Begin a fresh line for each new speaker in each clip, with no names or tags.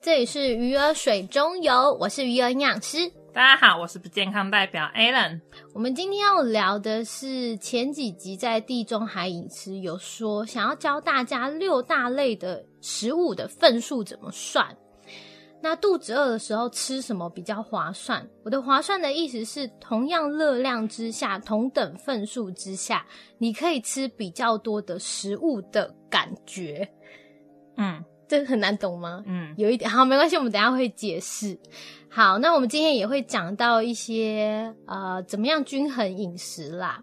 这里是鱼儿水中游，我是鱼儿营养师。
大家好，我是不健康代表 Alan。
我们今天要聊的是前几集在地中海饮食有说，想要教大家六大类的食物的份数怎么算。那肚子饿的时候吃什么比较划算？我的划算的意思是，同样热量之下，同等份数之下，你可以吃比较多的食物的感觉。
嗯
这个很难懂吗？
嗯，
有一点 好，没关系，我们等一下会解释。好，那我们今天也会讲到一些呃，怎么样均衡饮食啦。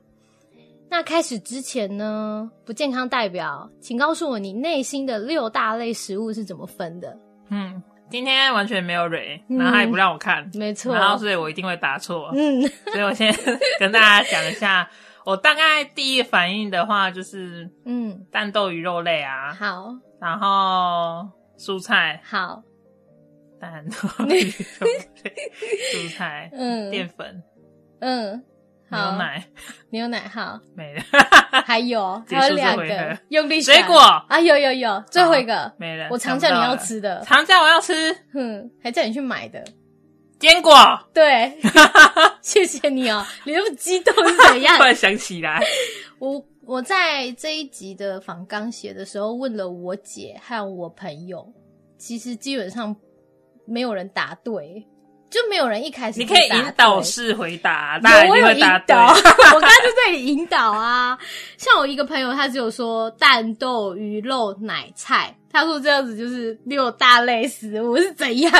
那开始之前呢，不健康代表，请告诉我你内心的六大类食物是怎么分的？
嗯，今天完全没有蕊，
嗯
然后他也不让我看，
没错，
然后所以我一定会答错，
嗯，
所以我先跟大家讲一下， 我大概第一反应的话就是
嗯，
蛋豆鱼肉类啊，
好
然后蔬菜、
好，
蛋豆鱼肉类、蔬菜、
嗯
淀粉、
嗯，
牛
好，
奶
牛奶好，
没 了，
还有
结束
还有两
这回
个
合
用力
水
选
果
啊，有有有，最后一个，
没了。
我常
想
叫
不
你
到
要
了，
吃的，
常叫我要吃
哼，还叫你去买的，
坚果，
对， 谢谢你哦，你那么激动是怎样
突？然想起来，
我我在这一集的访纲写的时候，问了我姐和我朋友，其实基本上没有人答对，就没有人一开始
你
就
可以
答
引导
对
式回答，
有
大家一
我
定
有
会
引
答对。
导，我刚才就在你引导啊。 像我一个朋友，他只有说蛋豆鱼肉奶菜，他说这样子就是六大类食物是怎样？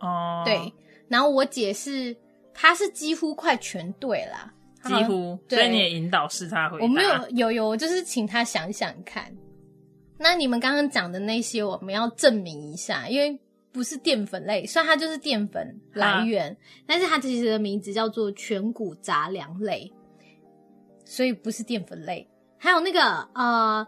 哦，
对，，然后我姐是，她是几乎快全对啦，她好
几
像
乎，
对
所以你也引导式他回答。
我没有有有，我就是请他想想看。那你们刚刚讲的那些，我们要证明一下，因为不是淀粉类，虽然它就是淀粉来源，但是它其实的名字叫做全谷杂粮类，所以不是淀粉类。还有那个呃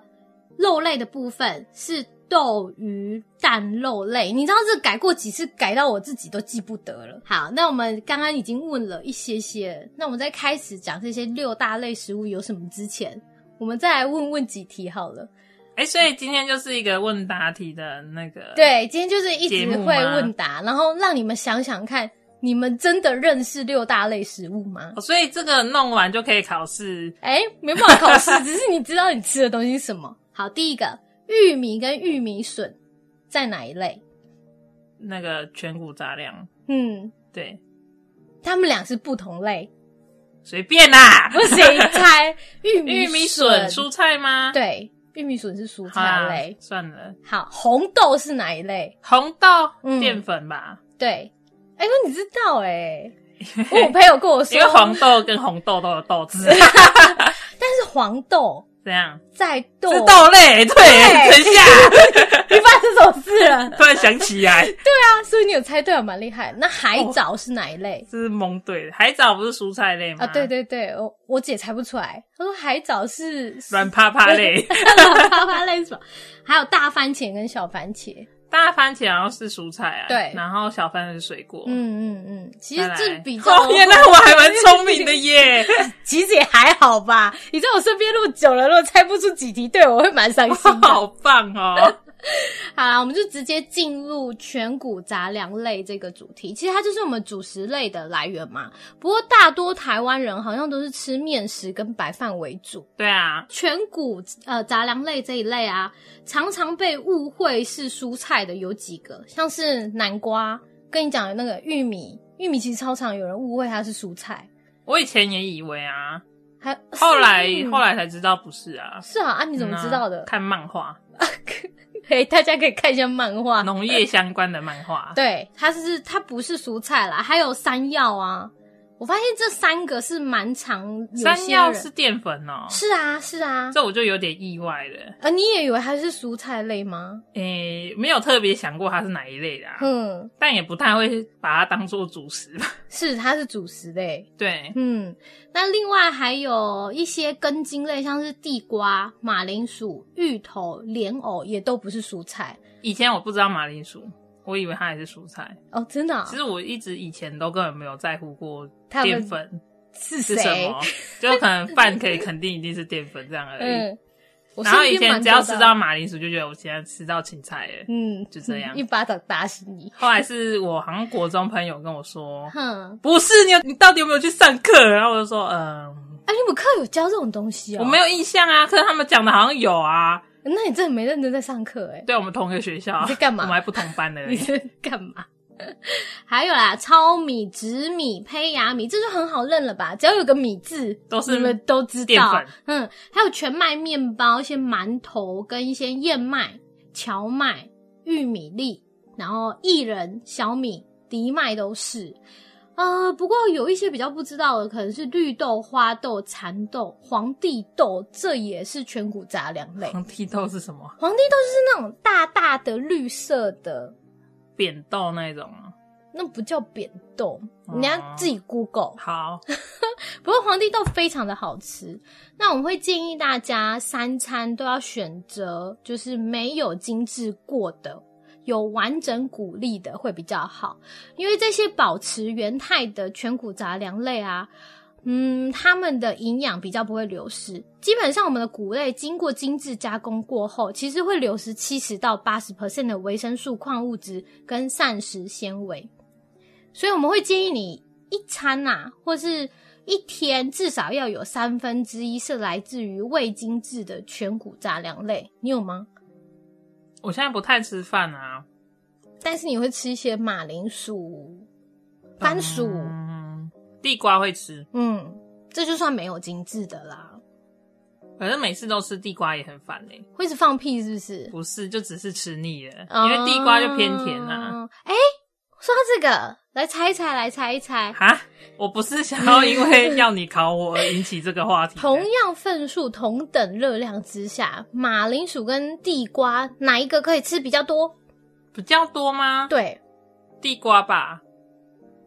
肉类的部分是豆鱼蛋肉类，你知道这改过几次，改到我自己都记不得了。好，那我们刚刚已经问了一些些了，那我们在开始讲这些六大类食物有什么之前，我们再来问问几题好了。
哎，所以今天就是一个问答题的那个，，
对，今天就是一直
节目
会
吗
问答，然后让你们想想看，你们真的认识六大类食物吗？
哦所以这个弄完就可以考试。
哎、没办法考试，只是你知道你吃的东西是什么。 好，第一个玉米跟玉米笋在哪一类？
那个全谷杂粮，
嗯，
对，
他们俩是不同类，
随便啦。
不谁 猜玉米
玉米笋、蔬菜吗？，
对，玉米笋是蔬
好啦
菜类。
算了。
好，红豆是哪一类？
红豆
嗯
淀粉吧，
对，哎呦，你知道哎、 我朋友跟我说
因为，黄豆跟红豆都有豆字，
但是黄豆
这样
在豆，
是豆类。对，等一 下，
你发生什么事了？
突然想起来
啊，所以你有猜对了，蛮厉害。那海藻是哪一类？
是蒙对的。海藻不是蔬菜类吗？
啊，对，对对，我我姐猜不出来，她说海藻是
软趴趴类。
软趴趴类是什么？还有大番茄跟小番茄。
大番茄好像是蔬菜啊，
对
然后小番茄是水果。
嗯嗯嗯，其
再
实
来，
这比较
哦，原来我还蛮聪明的耶！
其实也还好吧。你在我身边那么久了，如果猜不出几题对，我会蛮伤心的。
好棒哦！
好啦，我们就直接进入全谷杂粮类这个主题。其实它就是我们主食类的来源嘛。不过大多台湾人好像都是吃面食跟白饭为主。
对啊，
全谷呃杂粮类这一类啊，常常被误会是蔬菜的有几个，像是南瓜，跟你讲的那个玉米，玉米其实超常有人误会它是蔬菜，
我以前也以为啊，
还
后来
是玉米
后来才知道不是啊。
是啊啊，你怎么知道的
嗯啊？看漫画，
嘿，大家可以看一下漫画，
农业相关的漫画。
对，它是它不是蔬菜啦，还有山药啊。我发现这三个是蛮常有
山
些
药
人
是淀粉哦，
是啊是啊，
这我就有点意外了。
呃，你也以为它是蔬菜类吗？
诶、没有特别想过它是哪一类的、啊，
嗯，
但也不太会把它当做主食吧。
是它是主食类。
对，
嗯，那另外还有一些根茎类，像是地瓜、马铃薯、芋头、莲藕，也都不是蔬菜
以前我不知道马铃薯，我以为它也是蔬菜。
哦。真的、哦
其？实我一直以前都根本没有在乎过
他们
淀粉
是
是什
谁
么？，就可能饭可以肯定一定是淀粉这样而已。
嗯，我
然后
身
以
边
前
蛮
只要
多
吃
的
到马铃薯，就觉得我现在吃到芹菜耶。
嗯，
就这样
一巴掌打死你。
后来是我好像国中朋友跟我说，
哼，
不是你有，你到底有没有去上课？然后我就说，嗯，
哎、你们课有教这种东西哦、
我没
有，
有印象啊。可是他们讲的好像有啊，
那你真的没认真在上课哎、
对我们同一个学校，
你在干嘛
我们还不同班的。
你是干嘛？ 还有啦，糙米、紫米、胚芽米，这就很好认了吧？只要有个米字，
都是
你们都知
淀
道
粉。
嗯，还有全麦面包、一些馒头跟一些燕麦、荞麦、玉米粒，然后薏仁、小米、藜麦都是。呃，不过有一些比较不知道的，可能是绿豆、花豆、蚕豆、皇帝豆，这也是全谷杂粮类。
黄剃豆是什么？
皇帝豆就是那种大大的绿色的，
扁豆那种啊。
那不叫扁豆，
哦
你要自己 Google。
好，
不过皇帝豆非常的好吃，那我们会建议大家三餐都要选择就是没有精致过的。有完整谷粒的会比较好，因为这些保持原态的全谷杂粮类啊，嗯，它们的营养比较不会流失。基本上，我们的谷类经过精致加工过后，其实会流失七十到八十 percent 的维生素、矿物质跟膳食纤维。所以我们会建议你一餐呐、或是一天至少要有三分之一是来自于未精制的全谷杂粮类，你有吗？
我现在不太吃饭啊，
但是你会吃一些马铃薯、
啊
番薯，
嗯，地瓜会吃，
嗯，这就算没有精致的啦。
可是每次都吃地瓜也很烦嘞、
会是放屁是不是？
不是，就只是吃腻了，因为地瓜就偏甜啊。
哦。哎、说到这个，来猜一猜，来猜一猜。
哈，我不是想要因为要你考我而引起这个话题的。
同样份数、同等热量之下，马铃薯跟地瓜哪一个可以吃比较多？
比较多吗？
对，
地瓜吧，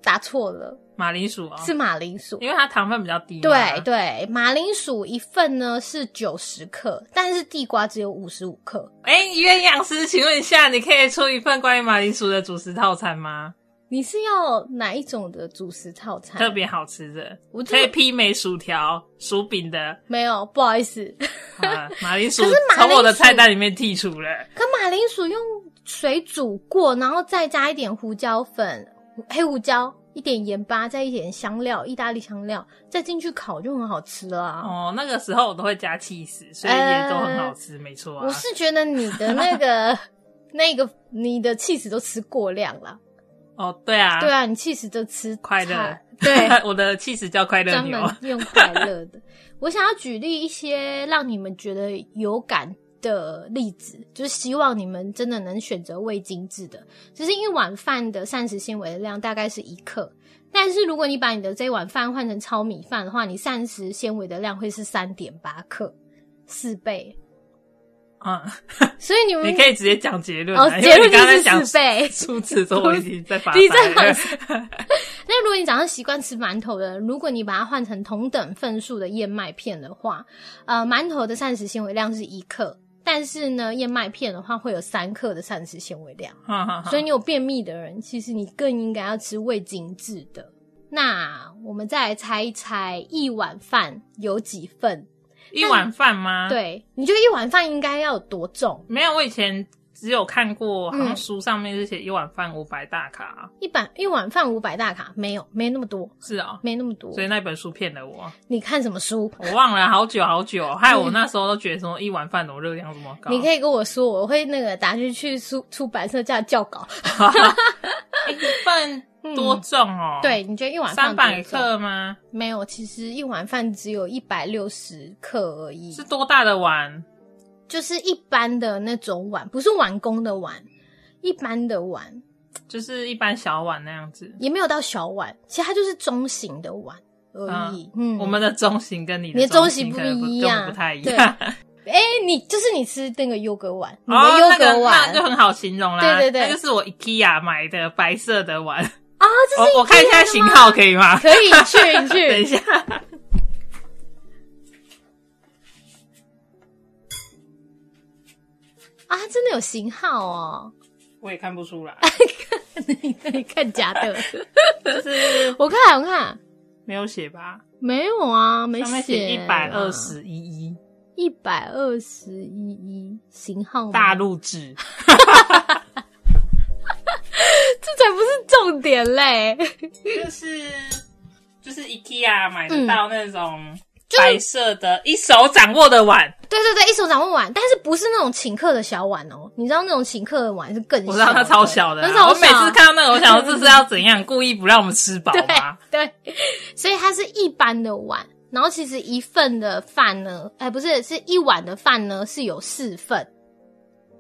答错了，
马铃薯哦，
是马铃薯。
因为它糖分比较低嘛。
对对，马铃薯一份呢是九十克，但是地瓜只有五十五克。
哎，营养师，请问一下，你可以出一份关于马铃薯的主食套餐吗？
你是要哪一种的主食套餐？
特别好吃的，
我就
可以媲美薯条、薯饼的。
没有，不好意思。
啊，马铃薯
可是马铃薯
从我的菜单里面剔除了。
可马铃薯用水煮过，然后再加一点胡椒粉、黑胡椒、一点盐巴，再一点香料，意大利香料，再进去烤就很好吃了啊。
哦，那个时候我都会加 cheese，所以也都很好吃，没错啊。
我是觉得你的那个 那个你的气死都吃过量了，
哦，对啊，
对，啊，你气死都吃
快乐
菜， 对。，啊
我的 cheese 叫快乐哦
专
牛
门。用快乐的。 我想要举例一些让你们觉得有感的例子，就是希望你们真的能选择未精制的。只是一碗饭的膳食纤维的量大概是一克，但是如果你把你的这碗饭换成糙米饭的话，你膳食纤维的量会是三点八克，四倍。
嗯，
所以你们
你可以直接讲结论啊。
哦，
因为
结论
你刚才
就
讲
是四倍。
数字的时候，我已经在 发
你在
呆了
那如果你早上习惯吃馒头的，如果你把它换成同等份数的燕麦片的话，呃，馒头的膳食纤维量是一克，但是呢，燕麦片的话会有三克的膳食纤维量。
哈哈哈
所以你有便秘的人，其实你更应该要吃味精制的。那我们再来猜一猜，一碗饭有几份？
一碗饭吗？，
对，你觉得一碗饭应该要有多重？
没有，我以前只有看过，好
嗯
像书上面是写一碗饭五百大卡，
一碗一碗饭五百大卡，没有，没那么多，
是哦。
没那么多
所。以那本书骗了我，
你看什么书？
我忘了好久好久，害我那时候都觉得什么一碗饭怎么热量这么高。
你可以跟我说，我会那个打去去出出版社叫校稿。
一份哎多重哦？，
嗯对，你觉得一碗饭
三百
多重？
克吗？
没有，其实一碗饭只有一百六十克而已，
是多大的碗？
就是一般的那种碗，不是碗工的碗，一般的碗，
就是一般小碗那样子。
也没有到小碗，其实它就是中型的碗而已。嗯，
啊我们的中型跟你
你的
中
中型
可
不
能
一
根本
样
不太一
对
样。
哎、你就是你吃那个优格碗，你
哦
的，优
那个
格碗
那就很好形容啦。
对对对
那就是我 IKEA 买的白色的 碗。
啊，这是
我我看一下型号可 以吗？
可以去你
等一
去，
下，
啊，它真的有型号哦，
我也看不出来，
你你 看假的，
就是
我看我看。
没有写吧？
没有啊，没
上面写
写
一百二，十一一，
一百二十一一型号吗
大陆制，
这才不是重点嘞。
就是就是 IKEA 买得到那
嗯
种白色的、一手掌握的碗，
对对对，一手掌握碗，但是不是那种请客的小碗哦？你知道那种请客的碗是更小的，
我知道它超小的啊、
那超小。
我每次看到那个，我想说这是要怎样，故意不啊让我们吃饱吗？
对，所以它是一般的碗。然后其实一份的饭呢，哎，不是，是一碗的饭呢是有四份，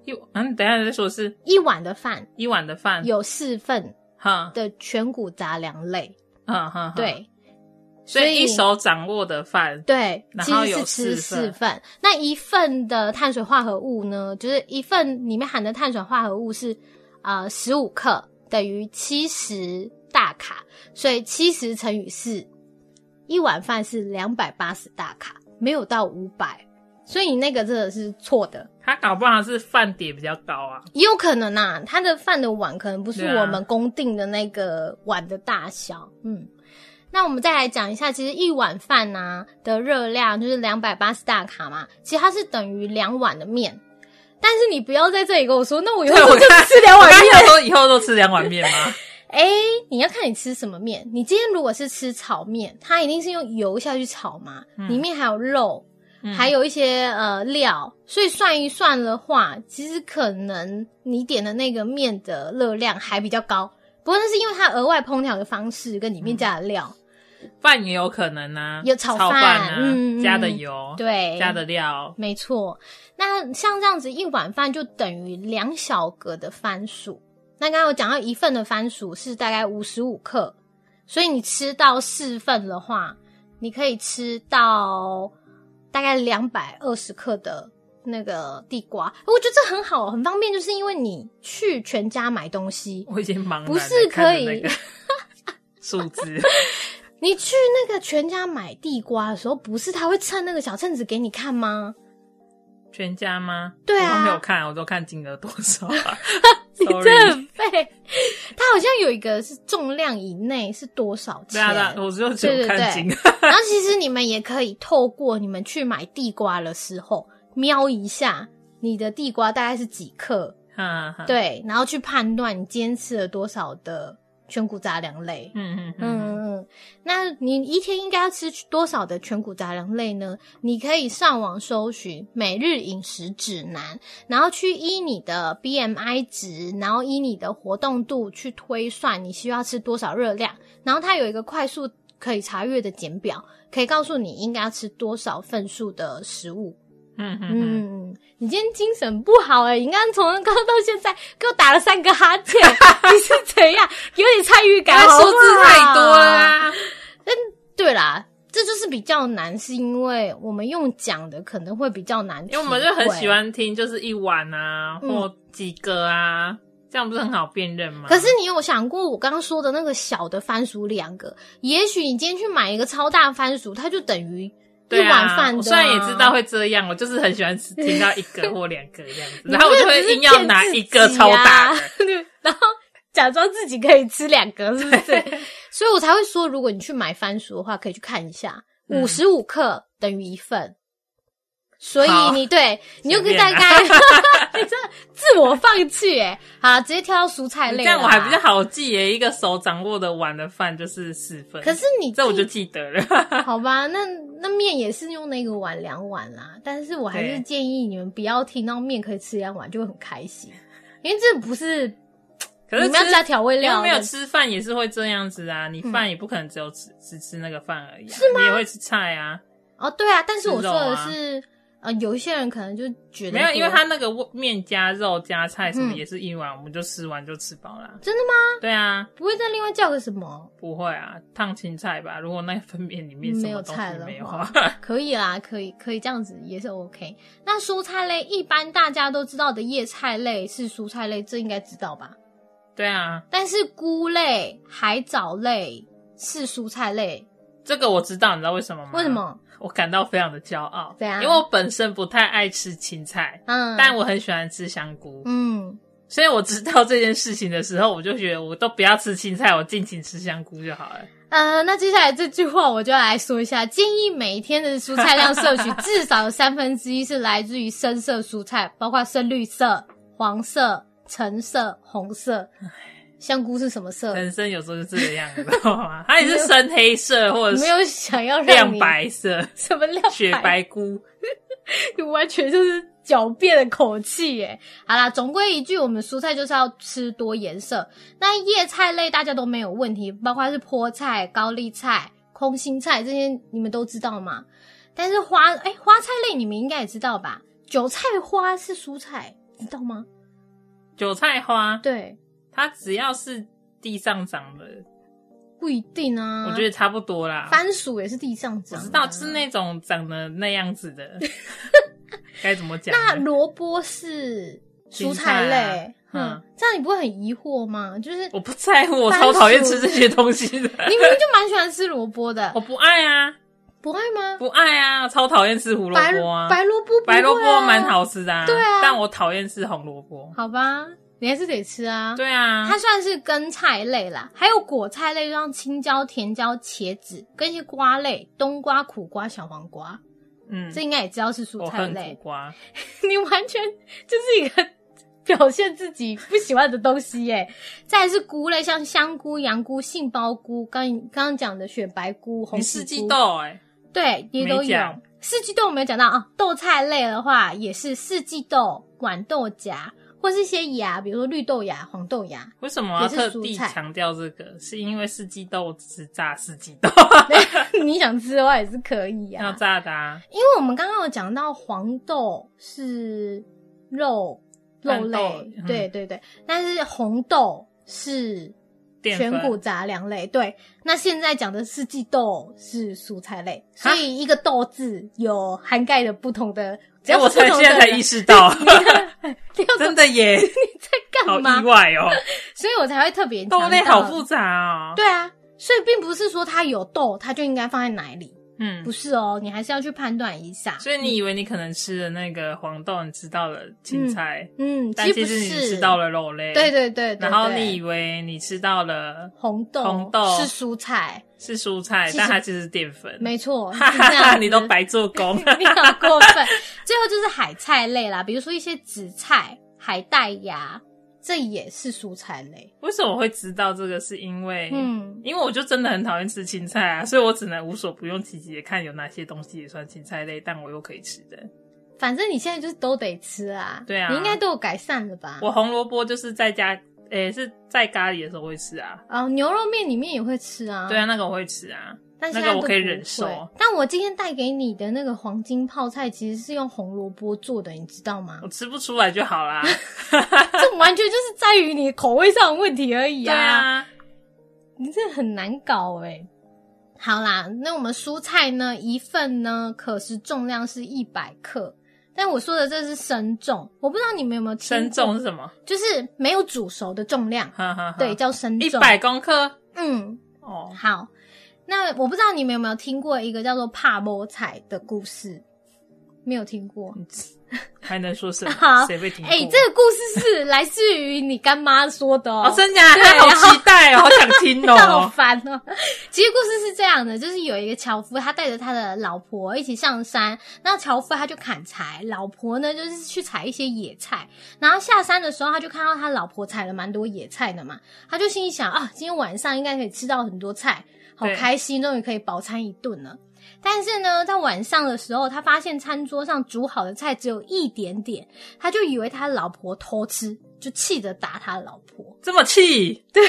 一嗯，等一下再说是
一碗的饭
一碗的饭，
有四份
哈
的全谷杂粮类。
嗯哼，
对所
所
以
以一手掌握的饭，
对，
然
其
后
实是
有
吃
四
四
份
份。那一份的碳水化合物呢，就是一份里面含的碳水化合物是呃十五克，等于七十大卡，所以七十乘以四，一碗饭是两百八十大卡，没有到五百，所以你那个真的是错的。
他搞不好是饭碟比较高啊，
也有可能啊，他的饭的碗可能不是
对啊
我们公定的那个碗的大小。嗯，那我们再来讲一下，其实一碗饭呐、的热量就是两百八十大卡嘛，其实它是等于两碗的面。但是你不要在这里跟我说，那我以后
对，我
就
看
吃两碗面
我。刚才说以后都吃两碗面吗？
哎、你要看你吃什么面。你今天如果是吃炒面，它一定是用油下去炒嘛，
嗯
里面还有肉，
嗯
还有一些呃料，所以算一算的话，其实可能你点的那个面的热量还比较高。不过那是因为它额外烹调的方式跟里
嗯
面加的料，
饭也有可能啊，
有炒
饭
饭
啊，
嗯嗯
加的油，，
对，
加的料，
没错。那像这样子一碗饭就等于两小格的番薯。那刚刚我讲到一份的番薯是大概五十五克，所以你吃到四份的话，你可以吃到大概两百二十克的那个地瓜。我觉得这很好，很方便，就是因为你去全家买东西，
我已经忙
不是可以
数字，
你去那个全家买地瓜的时候，不是他会称那个小秤子给你看吗？
全家吗？
对啊
我都没有看，我都看金额多少啊。
你
Sorry
这很废。它好像有一个是重量以内是多少
对
钱？
啊，对啊，我就只有看金额。
然后其实你们也可以透过你们去买地瓜的时候瞄一下你的地瓜大概是几克，
嗯，嗯，
对，然后去判断你今天吃了多少的全谷杂粮类。
嗯嗯嗯，
嗯，嗯，那你一天应该要吃多少的全谷杂粮类呢？你可以上网搜寻《每日饮食指南》，然后去依你的 BMI 值，然后依你的活动度去推算你需要吃多少热量，然后它有一个快速可以查阅的简表，可以告诉你应该要吃多少份数的食物。
嗯嗯嗯，
嗯，你今天精神不好哎、你刚刚从刚刚到现在给我打了三个哈欠，你是怎样？有点参与感
因为
好不好，
数字太多了 啊。
对啦，这就是比较难，是因为我们用讲的可能会比较难体
因
会，
为我们就很喜欢听，就是一碗啊，或几个啊，这样不是很好辨认吗？
可是你有想过我刚刚说的那个小的番薯两个？也许你今天去买一个超大番薯，它就等于一
对啊
碗饭的、
我虽然也知道，会这样，我就是很喜欢吃听到一个或两个这样子，然后我
你
就
这
会
只是
硬要拿
啊
一个超大 的。
骗自己啊然后假装自己可以吃两个，是不是？ 所以我才会说，如果你去买番薯的话，可以去看一下，
嗯
五十五克等于一份。所以
好
你对你就可以
随便
大
啊
概， 你这自我放弃哎、好，直接跳到蔬菜类
这
了啦。
样我还比较好记耶，一个手掌握的碗的饭就是四 份。
可是你
这我就记得 了，
好吧，那那面也是用那个碗两碗啦，但是我还是
对
建议你们不要听到面可以吃两碗就会很开心，因为这不是
可是
你们要
吃
加调味
因
料
为没有
的
吃饭也是会这样子啊，你饭也不可能只有吃、
嗯
只吃那个饭而已、啊，是吗？你也会吃菜啊，
哦，对啊，但是我
吃
说
肉啊
的是，呃，有一些人可能就觉得
没有，
说
因为它那个面加肉加菜什么
嗯
也是一碗，我们就吃完就吃饱啦。
真的
吗？对啊，
不会再另外叫个什么，
不会啊，烫青菜吧？如果那份面里面
嗯
什
没有
么东西
菜了
没有
话
啊，
可以啦，可以可以这样子也是 OK。那蔬菜类一般大家都知道的叶菜类是蔬菜类，这应该知道吧？
对啊，
但是菇类、海藻类是蔬菜类，
这个我知道，你知道为什么吗？
为什？么？
我感到非常的骄傲，
怎样
因为我本身不太爱吃青菜，
嗯，
但我很喜欢吃香菇，
嗯，
所以我知道这件事情的时候，我就觉得我都不要吃青菜，我尽情吃香菇就好了。
呃，那接下来这句话我就来说一下，建议每天的蔬菜量摄取至少有三分之一是来自于深色蔬菜，包括深绿色、黄色、橙色、红色。香菇是什么色？
人生有时候就这个样子，知道吗？它也是深黑色或者
没
是
有想要让
亮
你
白色、
什么亮白
雪白菇。
你 完全就是狡辩的口气耶。好啦，总归一句，我们蔬菜就是要吃多颜色。那叶菜类大家都没有问题，包括是菠菜、高丽菜、空心菜这些，你们都知道吗？但是花哎、花菜类你们应该也知道吧？韭菜花是蔬菜，知道吗？
韭菜花，
对，
它只要是地上长的，
不一定啊。
我觉得差不多啦。
番薯也是地上
我
长、啊，
知道，就是那种长得那样子 的，该怎么讲呢？
那萝卜是蔬
青菜啊
类，
嗯
嗯，这样你不会很疑惑吗？就是
我不在乎，我
番薯
超讨厌吃这些东西的。
你明明就蛮喜欢吃萝卜 的
我，不爱啊，
不爱吗？
不爱啊，超讨厌吃胡萝
白
卜啊。
白萝卜不会啊、
白萝卜蛮好吃的、啊，
对啊
但我讨厌吃红萝卜。
好吧？你还是得吃啊。，
对啊
它，算是根菜类啦，还有果菜类，像青椒、甜椒、茄子，跟一些瓜类，冬瓜、苦瓜、小黄瓜，
嗯，
这应该也知道是蔬
我
菜
恨苦
类。
瓜，
你完全就是一个表现自己不喜欢的东西耶。再来是菇类，像香菇、洋菇、杏鲍菇，刚刚刚讲的雪白菇、红
你
喜
四季
菇
豆哎、
对，也都
没
有
讲。
四季豆我没有讲到啊，豆菜类的话也是四季豆、豌豆荚，或是一些芽，比如说绿豆芽、黄豆芽。
为什么要
也是
特
蔬
地
菜
强调这个？是因为四季豆只是炸四 季豆，
你想吃的话也是可以
要
啊，
炸的啊，
因为我们刚刚有讲到黄豆是肉肉
蛋豆
类，
嗯
对对对，但是红豆是
淀
全谷
粉。
杂粮类。对，那现在讲的四季豆是蔬菜类，所以一个豆字有涵盖的不同的，只
哎、
要
我
是不
才
同
现
的
在才意识 到，
你要
真的 耶，好
干嘛
意？外 哦。
所以我才会特别
豆类
强调
好复杂哦。
对啊，所以并不是说它有豆，它就应该放在奶里，
嗯
不，是哦，你还是要去判断一下。
所以你以为你可能吃了那个黄豆，你吃到了青菜，
嗯，
但
其
其
实
实
不
你
是，
吃到了肉类。
对对对对，
然后
对
你以为你吃到了
红豆
红豆
是蔬 菜，
是蔬菜，
其实
但它其实是淀粉。
没错，
哈
是
哈
这样
哈，
子
你都白做 工。
你好过分。最后就是海菜类啦，比如说一些紫菜、海带芽，这也是蔬菜类。
为什么我会知道这个？是因为，
嗯，
因为我就真的很讨厌吃青菜啊，所以我只能无所不用其极的看有哪些东西也算青菜类，但我又可以吃的。
反正你现在就是都得吃啊，
对啊
你应该都有改善了吧？
我红萝卜就是在家，诶、是在咖喱的时候会吃啊。
哦，牛肉面里面也会吃啊，
对啊，那个我会吃啊。
但
那
现
个
在
我
都
可以
不
忍
会
受
但我今天带给你的那个黄金泡菜其实是用红萝卜做的，你知道 吗
我？吃不出来就 好啦。
这完全就是在于你口味上的问题而已
对啊，
你这很难搞哎、好啦，那我们蔬菜呢，一份呢可是重量是一百克，但我说的这是生重，我不知道你们有没有听过
生重是什么？
就是没有煮熟的重量，
哈哈哈，
对，，叫生
一
重。
百公克
嗯，
哦，
好。那我不知道你们有没有听过一个叫做帕波菜的故事，没有听过。
还能说什么？
好
谁嗯会听过？
哎、这个故事是来自于你干妈说的
哦，
哦，
真假？
对
他好期待哦，好想 听
好
哦。
烦哦。其实故事是这样的，就是有一个樵夫，他带着他的老婆一起上山。那樵夫他就砍柴，老婆呢就是去采一些野菜。然后下山的时候，他就看到他老婆采了蛮多野菜的嘛，他就心里想啊，今天晚上应该可以吃到很多菜，好
对
开心，终于可以饱餐一顿了。但是呢，在晚上的时候，他发现餐桌上煮好的菜只有一点点，他就以为他老婆偷吃，就气得打他老婆。
这么气，
对，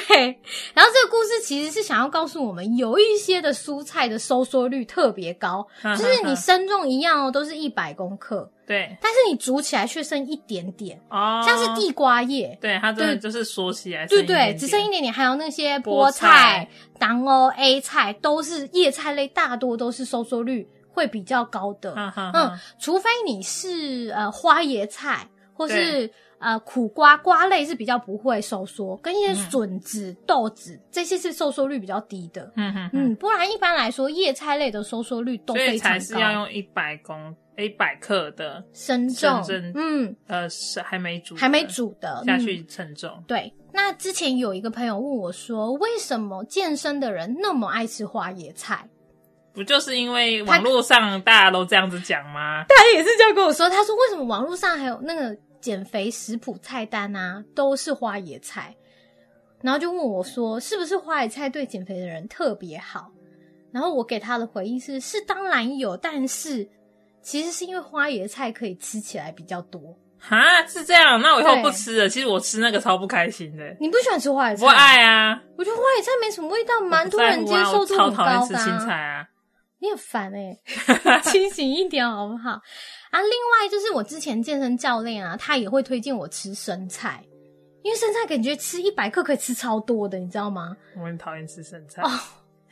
然后这个故事其实是想要告诉我们，有一些的蔬菜的收缩率特别高，
就
就是你身重一样哦，都是一百公克，
对
但是你煮起来却剩一点点，
哦，
像是地瓜叶，
对它真的
对
就是缩起来，
对
剩一点
对，
点
只剩一点点，还有那些
菠
菠
菜
菜、南欧 A 菜，都是叶菜类，大多都是收缩率会比
啊
较高的。
哈哈
嗯
哈，
除非你是呃花椰菜，或是呃苦瓜瓜类是比较不会收缩，跟一些
嗯
笋子、豆子这些是收缩率比较低的。
嗯哼哼，
嗯，不然一般来说叶菜类的收缩率都
所
非
以
常
才
高。
是要用一百公一百克的，
生重，
深圳
嗯，
呃，是还没煮的，
还没煮的
下
嗯
去称重。
对，那之前有一个朋友问我说，为什么健身的人那么爱吃花椰菜？
不就是因为网络上大家都这样子讲吗？
他也是这样跟我说，他说为什么网络上还有那个减肥食谱菜单啊，都是花椰菜，然后就问我说，是不是花椰菜对减肥的人特别好？然后我给他的回应是，是当然有，但是其实是因为花椰菜可以吃起来比较多。
哈，是这样，那我以后
对啊
不吃了。其实我吃那个超不开心的，
你不喜欢吃花椰菜？
不爱啊，
我觉得花椰菜没什么味道，蛮
我不
多
在
人
乎
接
啊
受
我
度
超
很
讨厌
高
吃
的、
青菜
啊。
啊。
你很烦 哎、清醒一点好不好？啊，另外就是我之前健身教练啊，他也会推荐我吃生菜，因为生菜感觉吃一百克可以吃超多的，你知道吗？
我很讨厌吃生菜。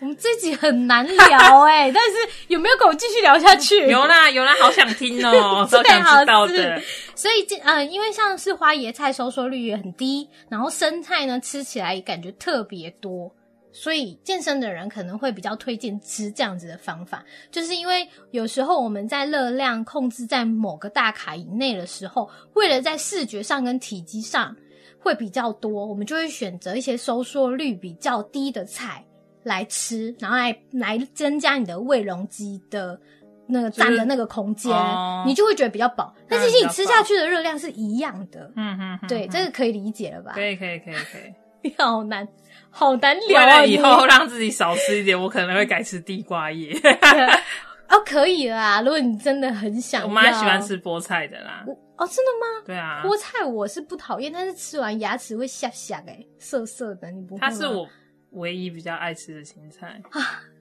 我们这集很难聊哎、但是有没有跟我继续聊下去？
有啦有啦，好想听哦、
最
超想
好
知道的
是。所以这呃，因为像是花椰菜收缩率也很低，然后生菜呢吃起来也感觉特别多，所以健身的人可能会比较推荐吃这样子的方法，就是因为有时候我们在热量控制在某个大卡以内的时候，为了在视觉上跟体积上会比较多，我们就会选择一些收缩率比较低的菜来吃，然后来来增加你的胃容积的。那个占的那个空间，
哦
你就会觉得比较饱，但是其实你吃下去的热量是一样的。
嗯嗯，嗯
对，
嗯
这个可以理解了吧
可？以可以可以可以。
你好难，好难
为
聊啊！
了以
你
后让自己少吃一点，我可能会改吃地瓜叶。
哦，可以啦。如果你真的很想要，
我妈喜欢吃菠菜的啦。
哦，真的吗？
对啊，
菠菜我是不讨厌，但是吃完牙齿会下下哎，涩涩的。你不会吗
它是我唯一比较爱吃的青菜。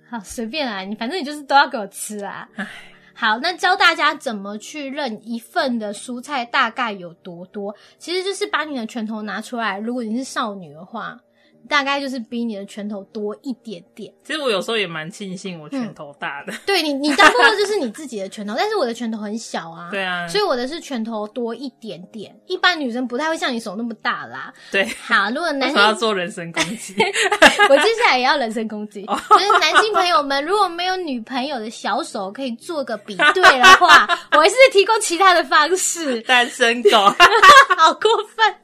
好随便啦，你反正你就是都要给我吃啦。 好，那教大家怎么去认一份的蔬菜大概有多多，其实就是把你的拳头拿出来。如果你是少女的话，大概就是比你的拳头多一点点。
其实我有时候也蛮庆幸我拳头大的。
对你，你大部分就是你自己的拳头， 但是我的拳头很小啊，
对啊，
所以我的是拳头多一点点。一般女生不太会像你手那么大啦。
对，
好，如果
为
男性
什 么要做人身攻击？，
我接下来也要人身攻击，就是男性朋友们，如果没有女朋友的小手可以做个比对的话，我还是提供其他的方式
单身狗，
好过分。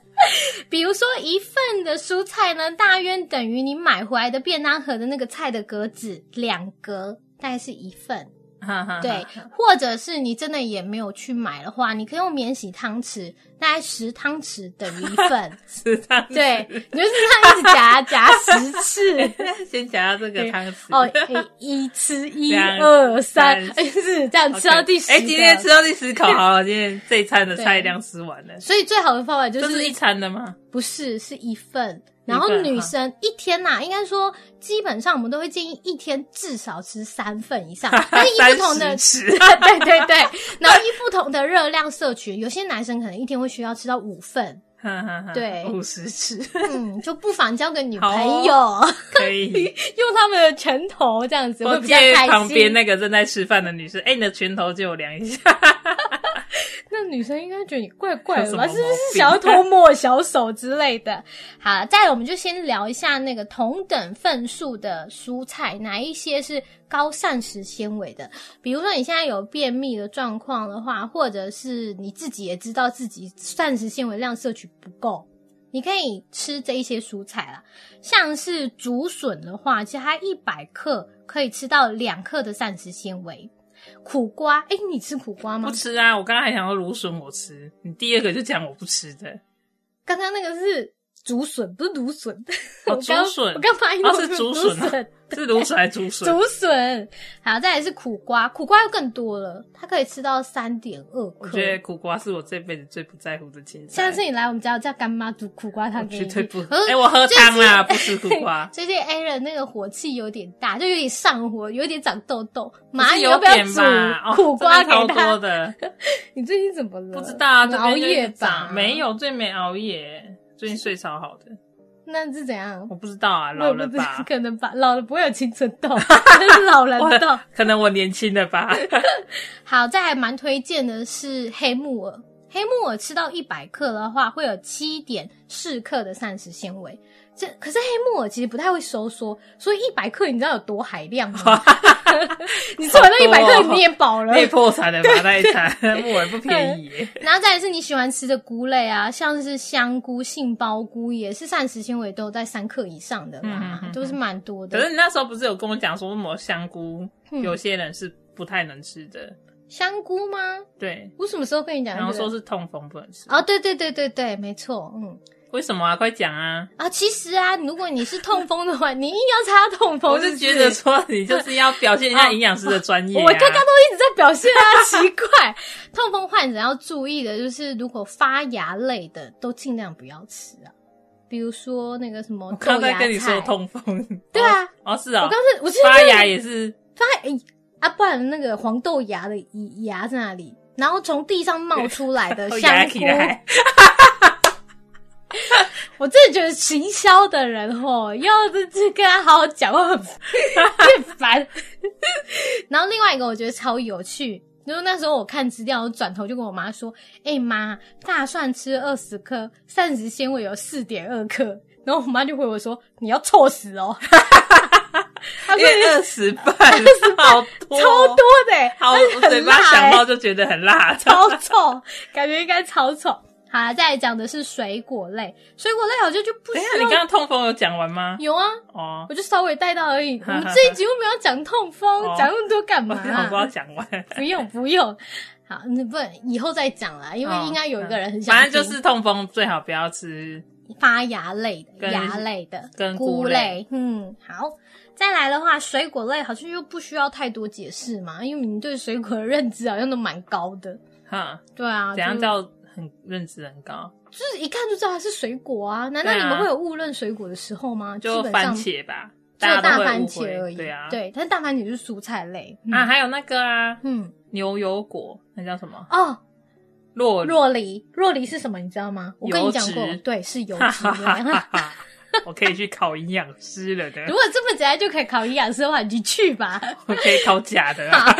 比如说一份的蔬菜呢，大约等于你买回来的便当盒的那个菜的格子两格，大概是一份。
哈哈。
对，或者是你真的也没有去买的话，你可以用免洗汤匙，大概十汤匙等于一份
吃汤匙。
对，你就是这样一直夹夹十 次。
先夹到这个汤
哦，
匙。
诶一吃一
两
二三，
三
诶是这样
OK
吃到第十。
哎，今天吃，到第十口，好了，今天这一餐的菜量吃完了，
所以最好的方法就
这
是
是一餐的吗？
不是是一份。然后
一份
女生一天呐、应该说基本上我们都会建议一天至少吃三份以 上，但是依不 同的
30吃
对对对，然后依不同的热量摄取，有些男生可能一天会需要吃到五 份，
哈哈哈
对
五十吃
嗯，就不妨交个女
好
朋
哦
友，
可以。
用他们的拳头这样子会
我
比较
借
开心。
旁边那个正在吃饭的女生，哎，你的拳头借我量一下。
那女生应该觉得你怪怪的吧？
有
是不
什么
是
毛病
想要偷摸我小手之类的？ 好，再来我们就先聊一下那个同等份数的蔬菜，哪一些是高膳食纤维的？比如说你现在有便秘的状况的话，或者是你自己也知道自己膳食纤维量摄取不够，你可以吃这一些蔬菜啦。像是竹笋的话，其实它一百克可以吃到两克的膳食纤维。苦瓜，哎、你吃苦瓜吗
不？吃啊！我刚刚还想说芦笋我吃，你第二个就讲我不吃的，
刚刚那个是竹笋，不是芦笋。
哦
我刚
竹笋
我刚发音
哦
我
是
竹
竹笋啊
笋，
是芦笋还是竹 笋？
竹笋。好，再来是苦瓜，苦瓜又更多了，它可以吃到三点二
我
克。
觉得苦瓜是我这辈子最不在乎的青菜。
下次你来我们家，我叫干妈煮苦瓜
我
汤给
绝
你。
对不喝
可是。
哎、我喝
最近
汤啦，不吃苦瓜
。最近 A 人那个火气有点大，就有点上火，有点长痘痘。妈，
是
你
有
要不要
点吧，
煮
哦
苦瓜给
真的超
他？
多的，
你最近怎么了？
不知 道啊，
你
这边
熬
就一直
夜吧？
长没。有，最没熬夜，最近睡超好的，
那是怎样？
我不知道啊，
我也
老
不
了
知
吧，
可能吧，老了不会有青春 痘，那是老人
我
痘。
可能我年轻了吧，
好，再还蛮推荐的是黑木耳。黑木耳吃到一百克的话，会有七点四克的膳食纤维。这可是黑木耳其实不太会收缩，所以一百克你知道有多海量 吗？ 你吃完
哦
那一百克你也饱了。
被破产了吧那一 餐，木耳不便宜耶。
然后再来是你喜欢吃的菇类啊，像是香菇、杏鲍菇，也是膳食纤维都在三克以上的嘛，
嗯嗯嗯
都是蛮多
可
的。
是你那时候不是有跟我讲说，什么香菇、
嗯
有些人是不太能吃的，
香菇吗？
对。
我什么时候跟你讲这
然
个？
后说是痛风不能吃，
哦，对对对对对，没错，嗯。
为什么啊？快讲啊！
啊，其实啊，如果你是痛风的话，你 硬要插痛风，哦
我是觉得说你就是要表现一 下营养师的专业、啊。
我刚刚都一直在表现啊， 奇怪。痛风患者要注意的就是，如果发芽类的都尽量不要吃啊，比如说那个什么
我
豆
刚
芽
在
菜。
跟你说痛风，
对啊，
哦是啊、
我
哦
刚，是我是
发芽也是
发哎啊，不然那个黄豆芽的芽在哪里？然后从地上冒出来 的
都
呃香
芽
菇
起，来，
我真的觉得行销的人哦，要是去跟他好好讲话，很烦。 然后另外一个我觉得超有趣，就是那时候我看资料，我转头就跟我妈说：“哎、妈，大蒜吃二十克，膳食纤维有四点二克。”然后我妈就回我说：“你要臭死哦，
因为 二十半，好多
超多的、欸，
好，
而且
我
很
嘴巴
辣
想
欸
到就觉得很辣，
超臭， 感觉应该超臭。”好啦，再来讲的是水果类，水果类我就就不需
等一
要
下，你刚刚痛风有讲完吗？
有啊，
哦，
我就稍微带到而 已。我们这一集又没有讲痛风
哦，
讲那么多干
我
嘛、
我不要讲完，
不用不用，好，你不以后再讲啦，因为
哦
应该有一个人很想
反正
听。
就是痛风最好不要吃。
发芽类的、
跟
芽类的、
跟
菇
菇
类
类。
嗯，好，再来的话，水果类好像又不需要太多解释嘛，因为你对水果的认知好像都蛮高的。
哈，
对啊，
怎样
就
叫很认知很高？
就是一看就知道它是水果啊？难道
对
你
啊
们会有误认水果的时候吗？
就
基本
番
上
茄吧，
只有
大
大
家都会
番
误
茄而
会。
已。
对啊，
对，但是大番茄就是蔬菜类。嗯
啊，还有那个啊，
嗯，
牛油果，那叫什么？
哦，
洛
若梨，若梨是什么？你知道吗？我跟你
油
讲过
脂，
对，是油
哈
脂
哈
的。
哈哈哈！ 我可以去考营养师 了
如
的，
果这么简单就可以考营养师的话，你就去吧。
我可以考假的啊。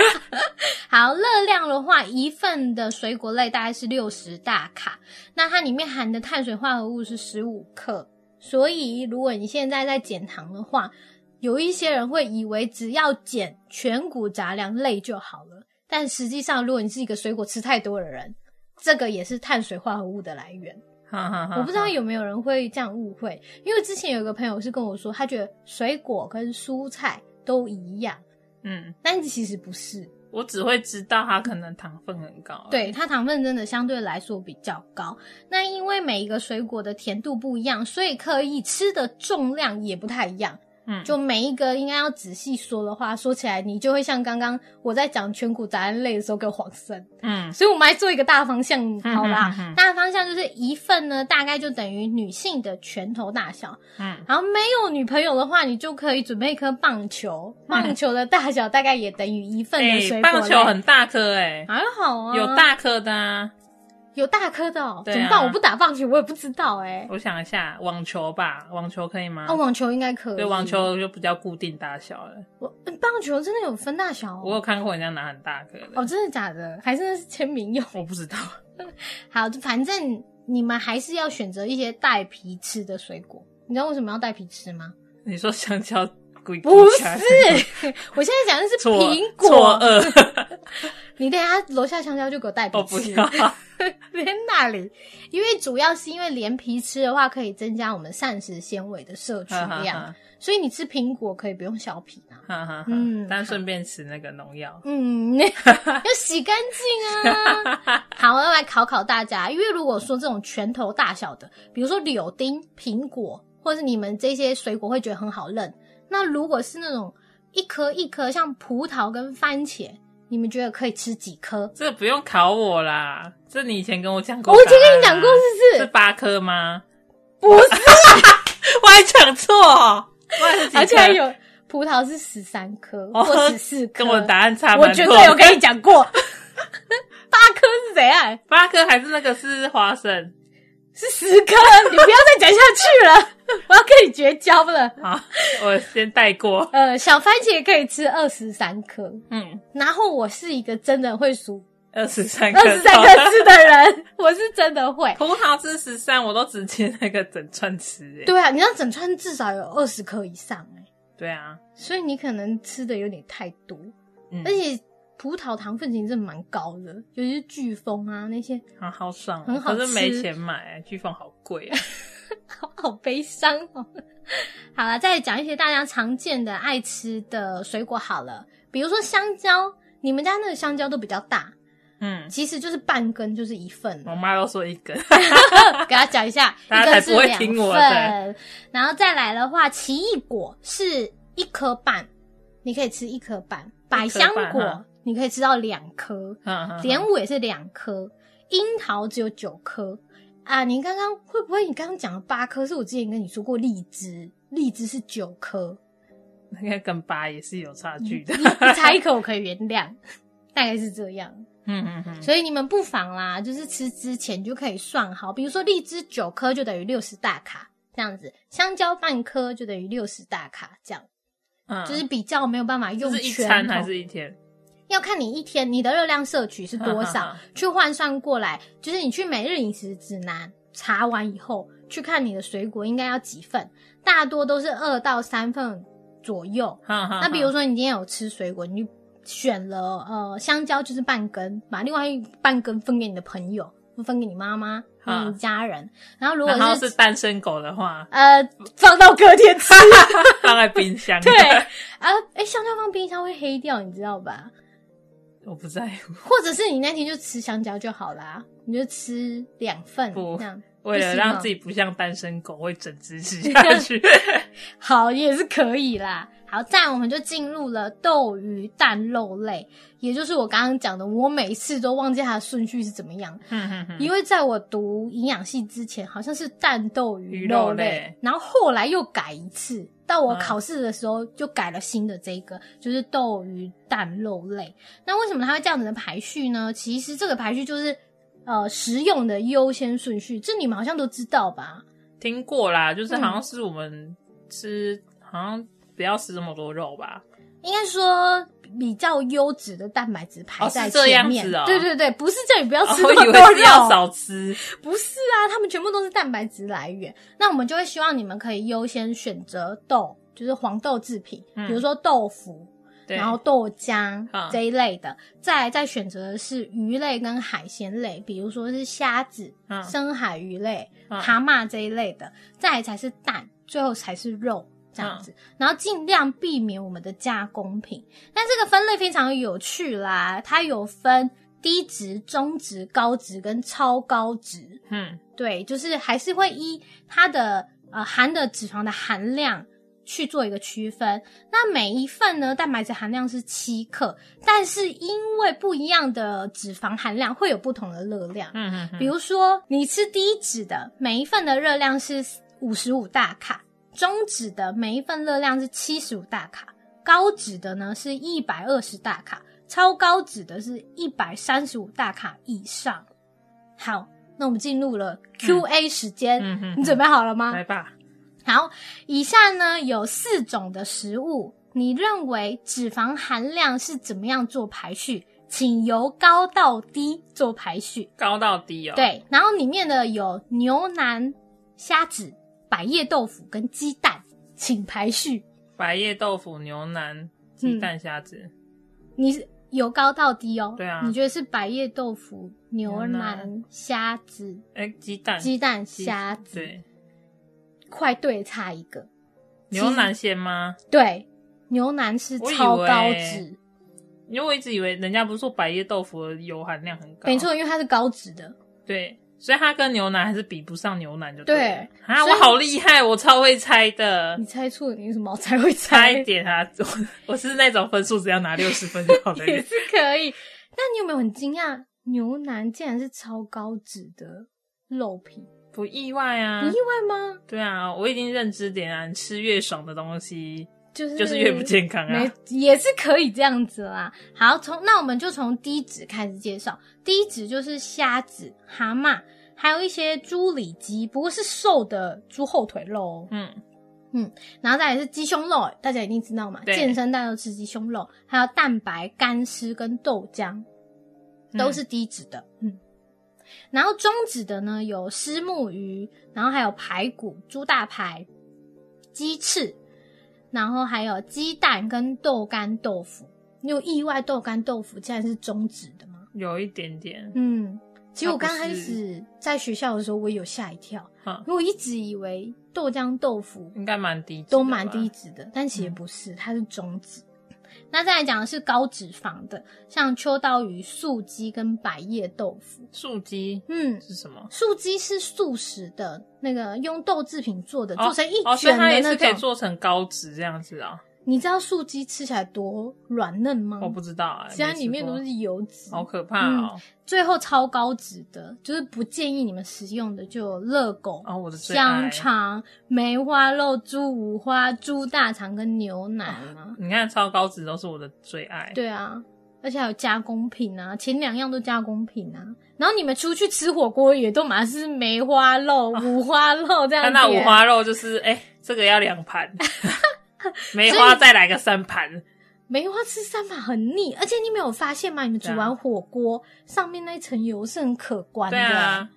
好，热量的话，一份的水果类大概是六十大卡，那它里面含的碳水化合物是十五克，所以如果你现在在减糖的话，有一些人会以为只要减全谷杂粮类就好了，但实际上，如果你是一个水果吃太多的人，这个也是碳水化合物的来源。
哈哈哈！
我不知道有没有人会这样误会，因为之前有个朋友是跟我说，他觉得水果跟蔬菜都一样，
嗯，
但其实不是。
我只会知道它可能糖分很高。，啊
对，它糖分真的相对来说比较高。那因为每一个水果的甜度不一样，所以可以吃的重量也不太一样。
嗯，
就每一个应该要仔细说的话，说起来你就会像刚刚我在讲全谷杂粮类的时候给我晃神。
嗯
所以我们来做一个大方向，好啦。
嗯嗯嗯嗯
大方向就是一份呢，大概就等于女性的拳头大小。
嗯，
然后没有女朋友的话，你就可以准备一颗棒球，棒球的大小大概也等于一份的水
嗯哎，
果类、
棒球很大颗哎，
还好啊，
有大颗的啊。
有大颗的、哦，
对啊
怎么办？我不打棒球，我也不知道哎、
我想一下，网球吧，网球可以吗
啊，？网球应该可以。
嗯
哦
对，网，球就比较固定大小了。
我嗯棒球真的有分大小
我
哦。
有看过人家拿很大颗的，
哦，真的假的？还是那是签名用？
我不知道。
好，反正你们还是要选择一些带皮吃的水果。你知道为什么要带皮吃吗？
你说香蕉鬼
不是， 我现在讲的是
错
苹
错
果。
愕，
你等一下楼下香蕉就给我带皮
我不
吃，
要。
连那里，因为主要是因为连皮吃的话可以增加我们膳食纤维的摄取
哈哈
量
哈，
所以你吃苹果可以不用削皮啊。
哈哈哈
嗯
但顺便吃那个农药。
嗯， 要洗干净 啊。好，我要来考考大家，因为如果说这种拳头大小的，比如说柳丁、苹果，或是你们这些水果会觉得很好认，那如果是那种一颗一颗像葡萄跟番茄，你们觉得可以吃几颗？
这不用考我啦，这你以前跟我讲过、
哦
啊
我以前跟你讲过，是不
是
是？
八颗吗？
不是，
我还 讲错、哦，我还是几颗
而且还有葡萄是十三颗
哦
或十四颗，
跟我答案差蛮多。
我绝对有跟你讲过， 八颗是怎样？
八颗还是那个是花生
是十颗，你不要再讲下去了， 我要跟你绝交了。
好，我先带过。
呃，小番茄可以吃二十三颗，
嗯，
然后我是一个真的会数
二十三
二十三
颗
颗痣的人，我是真的会。
葡萄汁十三，我都只切那个整串吃、欸。
对啊，你要整串至少有二十颗以上哎、
对啊，
所以你可能吃的有点太多，
嗯
而，且葡萄糖分其实真的蛮高的，尤其是飓风啊那些，
啊好爽哦、
很好
可是没
吃
钱买、欸，飓风好贵、啊。
好 好悲伤哦。好了，再讲一些大家常见的爱吃的水果好了，比如说香蕉，你们家那个香蕉都比较大，
嗯，
其实就是半根就是一份，
我妈都说一根，
给他讲一下，
大
一
家
根
才不
是
会
两
听我的
份，然后再来的话，奇异果是一颗半，你可以吃一颗半；百香
半哈
果你可以吃到两颗，
嗯嗯
莲雾也是两颗，樱桃只有九颗。啊，你刚刚会不会？你刚刚讲了八颗，是我之前跟你说过荔枝，荔枝是九颗，
那个跟八也是有差距 的。
你差一颗我可以原谅， 大概是这样。
嗯嗯嗯，
所以你们不妨啦，就是吃之前就可以算好，比如说荔枝九颗就等于六十大卡这样子，香蕉半颗就等于六十大卡这样，
嗯
就是比较没有办法
就
用
是一
拳
餐还
头，
是一天？
要看你一天你的热量摄取是多 少，
嗯嗯
去换算过来，就是你去每日饮食指南查完以后，去看你的水果应该要几份，大多都是二到三份左右，
哈哈。
那比如
说，
说你今天有吃水果，你就选了呃香蕉就是半根，把另外一半根分给你的朋友，或分给你妈妈、
嗯
你家人。然后如
然后
果
是
是，
单身狗的话
呃放到隔天 吃，
放在冰箱。
对，啊哎香蕉放冰箱会黑掉，你知道吧？
我不在乎。
或者是你那天就吃香蕉就好啦，你就吃两份
不
这样。
为了
不行吗啊
让自己不像单身狗，会整只吃下去。
好，也是可以啦。好，再来我们就进入了豆鱼蛋肉类，也就是我刚刚讲的，我每次都忘记它的顺序是怎么样。
嗯嗯嗯
因为在我读营养系之前，好像是蛋豆鱼肉
鱼肉类
然后后来又改一次，到我
嗯
考试的时候就改了新的这个，就是豆鱼蛋肉类。那为什么它会这样子的排序呢？其实这个排序就是呃食用的优先顺序，这你们好像都知道吧？
听过啦，就是好像是我们吃，好像不要吃这么多肉吧。
应该说比较优质的蛋白质排
哦
在
是这
前
样
面。
子哦
对对对，不是叫你不要吃
我
那么
以
多
为是
肉，
要少吃。
不是啊，它们全部都是蛋白质来源。那我们就会希望你们可以优先选择豆，就是黄豆制品，
嗯
比如说豆腐，
对，
然后豆浆
嗯
这一类的。再来再选择的是鱼类跟海鲜类，比如说是虾子、
嗯
深海鱼类、
嗯
蛤蟆这一类的。再来才是蛋，最后才是肉。这样子，然后尽量避免我们的加工品。但这个分类非常有趣啦，它有分低值、中值、高值跟超高值。
嗯
对，就是还是会依它的呃含的脂肪的含量去做一个区分。那每一份呢，蛋白质含量是七克，但是因为不一样的脂肪含量会有不同的热量。
嗯嗯嗯，
比如说，你吃低脂的，每一份的热量是五十五大卡；中脂的每一份热量是七十五大卡；高脂的呢是一百二十大卡；超高脂的是一百三十五大卡以上。好，那我们进入了 Q&A 时间，
嗯嗯嗯
你准备好了吗？
来吧。
好，以下呢有四种的食物，你认为脂肪含量是怎么样做排序？请由高到低做排序。
高到低哦。，
对，然后里面的有牛腩、虾子、百叶豆腐跟鸡蛋，请排序。
百叶豆腐、牛腩、鸡蛋、虾子。
你是由高到低哦。
对啊
你觉得是百叶豆腐、牛
牛
腩
腩、
虾子、
哎、鸡蛋。
嗯鸡蛋、
鸡
虾子，
对，
快对差一个。
牛腩先吗？
对，牛腩是
我以
超高
为
脂，
因为我一直以为人家不是说百叶豆腐的油含量很高。
没。错，因为它是高脂的。
对，所以它跟牛腩还是比不上牛腩就了啊，
所以
我好厉害，我超会猜的
你，猜错，你有什么好才会
差一
猜？
点啊！我我 是那种分数只要拿六十分就好的
也
人。
是可以。但你有没有很惊讶，牛腩竟然是超高脂的肉品？
不意外啊
你意，外吗？
对啊，我已经认知点啊，你吃越爽的东西
就是
就是越不健康啊
没。也是可以这样子啦。好，从那我们就从低脂开始介绍。低脂就是虾子、蛤蟆，还有一些猪里脊，不过是瘦的猪后腿肉哦。
嗯，
然后再来是鸡胸肉，大家一定知道嘛，
对
健身蛋都吃鸡胸肉，还有蛋白、干丝跟豆浆。
嗯
都是低脂的，嗯。然后中脂的呢有虱目鱼，然后还有排骨、猪大排、鸡翅，然后还有鸡蛋跟豆干豆腐。你有意外豆干豆腐竟然是中脂的吗？
有一点点，
嗯，其实我
它不
刚
是
开始在学校的时候，我也有吓一跳，
哈
因，为我一直以为豆浆豆腐
应该蛮低，
都蛮低，脂的，但其实
嗯
不是，它是中脂。那再来讲的是高脂肪的，像秋刀鱼、素鸡跟百叶豆腐。
素鸡
嗯，
是什么？
素鸡是素食的，那个用豆制品做的，
哦
做成一
哦，所
卷
以
的
它也
那
是可以
种。
做成高脂这样子啊？
你知道素鸡吃起来多软嫩吗？
我不知道，哎
虽然里面都
没吃
是油脂
过，好可怕哦！
最后超高脂的，就是不建议你们食用的，就有热狗、
哦，我的最爱
香，肠、梅花肉、猪五花、猪大肠跟牛奶啊。
你看超高脂都是我的最爱，
对啊，而且还有加工品啊，前两样都加工品啊。然后你们出去吃火锅也都满是梅花肉、五花肉这样点。
那那哦五花肉就是，哎、这个要 两盘，梅花再来个三盘，
梅花吃三把很腻，而且你没有发现吗？你们煮
对啊
完火锅上面那一层油是很可观的，
对啊，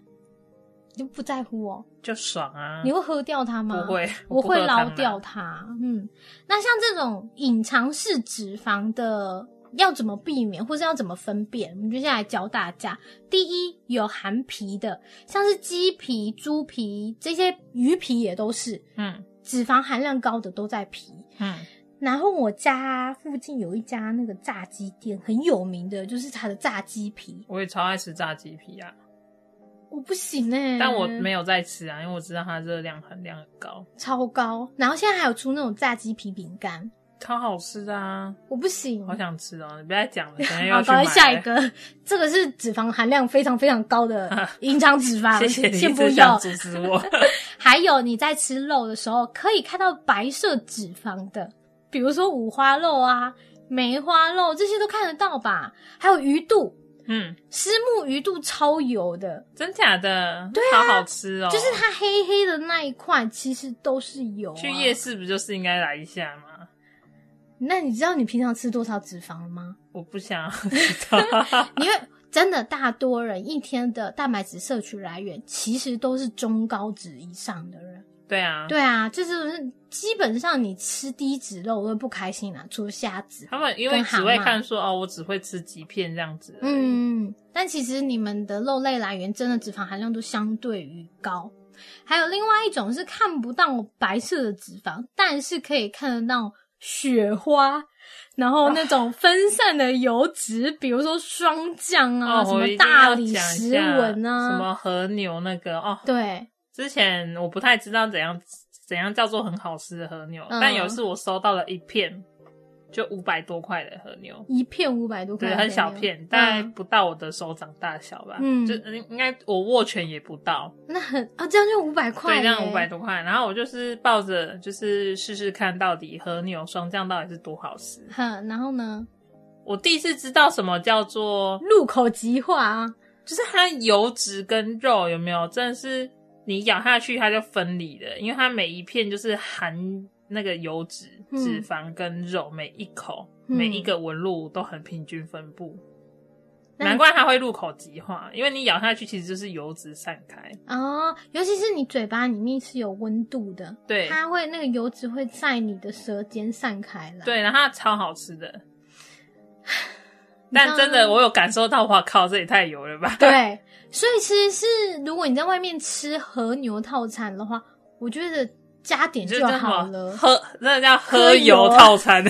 你就不在乎哦。
就爽啊！
你会喝掉它吗？
不，会，
我
不
会
喝
捞
汤的啊
掉。它。嗯，那像这种隐藏式脂肪的，要怎么避免，或是要怎么分辨？我们接下来教大家。第一，有含皮的，像是鸡皮、猪皮这些鱼皮也都是
嗯
脂肪含量高的，都在皮。
嗯，
然后我家附近有一家那个炸鸡店很有名的，就是它的炸鸡皮，
我也超爱吃炸鸡皮啊，
我不行哎、
但我没有在吃啊，因为我知道它热量含量很高，
超高。然后现在还有出那种炸鸡皮饼干，
超好吃的啊，
我不行，
好想吃哦！你不要再讲了，等下又
好，
要去
赶
买
快
了。
下一个，这个是脂肪含量非常非常高的隐藏脂肪，
啊 谢谢你
啊先
一
不
直
要
想。阻止 我。
还有你在吃肉的时候，可以看到白色脂肪的，比如说五花肉啊、梅花肉这些都看得到吧？还有鱼肚，
嗯，
虱目鱼肚超油的，
真假的？对啊，好好吃哦！
就是它黑黑的那一块，其实都是油、啊。
去夜，市不就是应该来一下吗？
那你知道你平常吃多少脂肪了吗？
我不想要知 道。
因为真的大多人一天的蛋白质摄取来源，其实都是中高脂以上的人。
对啊，
对啊，这就是基本上你吃低脂肉会不开心啦，除了虾子。
他们因为只会看说哦，我只会吃几片这样子。嗯，
嗯，但其实你们的肉类来源真的脂肪含量都相对于高。还有另外一种是看不到白色的脂肪，但是可以看得到雪花，然
哦
后那种分散的油脂，比如说霜降啊，
哦，
什
我
么
一定
大
要
理
讲一
石
下
纹啊，
什么和牛那个哦。
对，
之前我不太知道怎样怎样叫做很好吃的和牛，
嗯
但有一次我收到了一片，就五百多块的和牛。
一片五百多块，
对，很小片，大概不到我的手掌大小吧。
嗯
就应应该我握拳也不到，
那很啊，这样就五百块
对，
耶，
这样五百多块。然后我就是抱着，就是试试看到底和牛霜降到底是多好吃。
哼，然后呢，
我第一次知道什么叫做，
入口即化啊，
就是它油脂跟肉有没有，真的是你咬下去它就分离了，因为它每一片就是含那个油脂、
嗯
脂肪跟肉，每一口、
嗯
每一个纹路都很平均分布。
那你
难怪它会入口即化，因为你咬下去其实就是油脂散开。
哦，尤其是你嘴巴里面是有温度的，
对
它会那个油脂会在你的舌尖散开来，，
对，然后它超好吃的。
你知道
但真的，我有感受到，哇靠，这也太油了吧！
对，所以其实是如果你在外面吃和牛套餐的话，我觉得加点
就
就
叫什
好
么
了，
喝，那叫
喝
喝
油
油套 餐，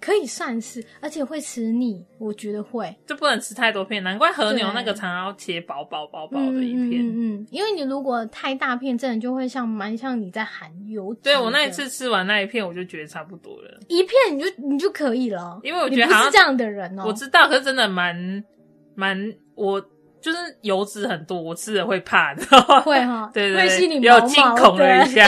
可以算是，而且会吃腻，我觉得会，
就不能吃太多片。难怪和牛
对
那个常常要切薄薄薄薄
嗯
的一片。
嗯嗯嗯，因为你如果太大片，真的就会像蛮像你在含油脂的，
对我那一次吃完那一片，我就觉得差不多了。
一片你就你就可以了，
因为我
你
觉得
不
好
是
像
这样的人哦、
我知道，可是真的蛮蛮，我就是油脂很多，我吃了会怕，你知道吗？
会哈，
对对
会
对，
心里
有
毛
惊
毛
恐了
的。
一下。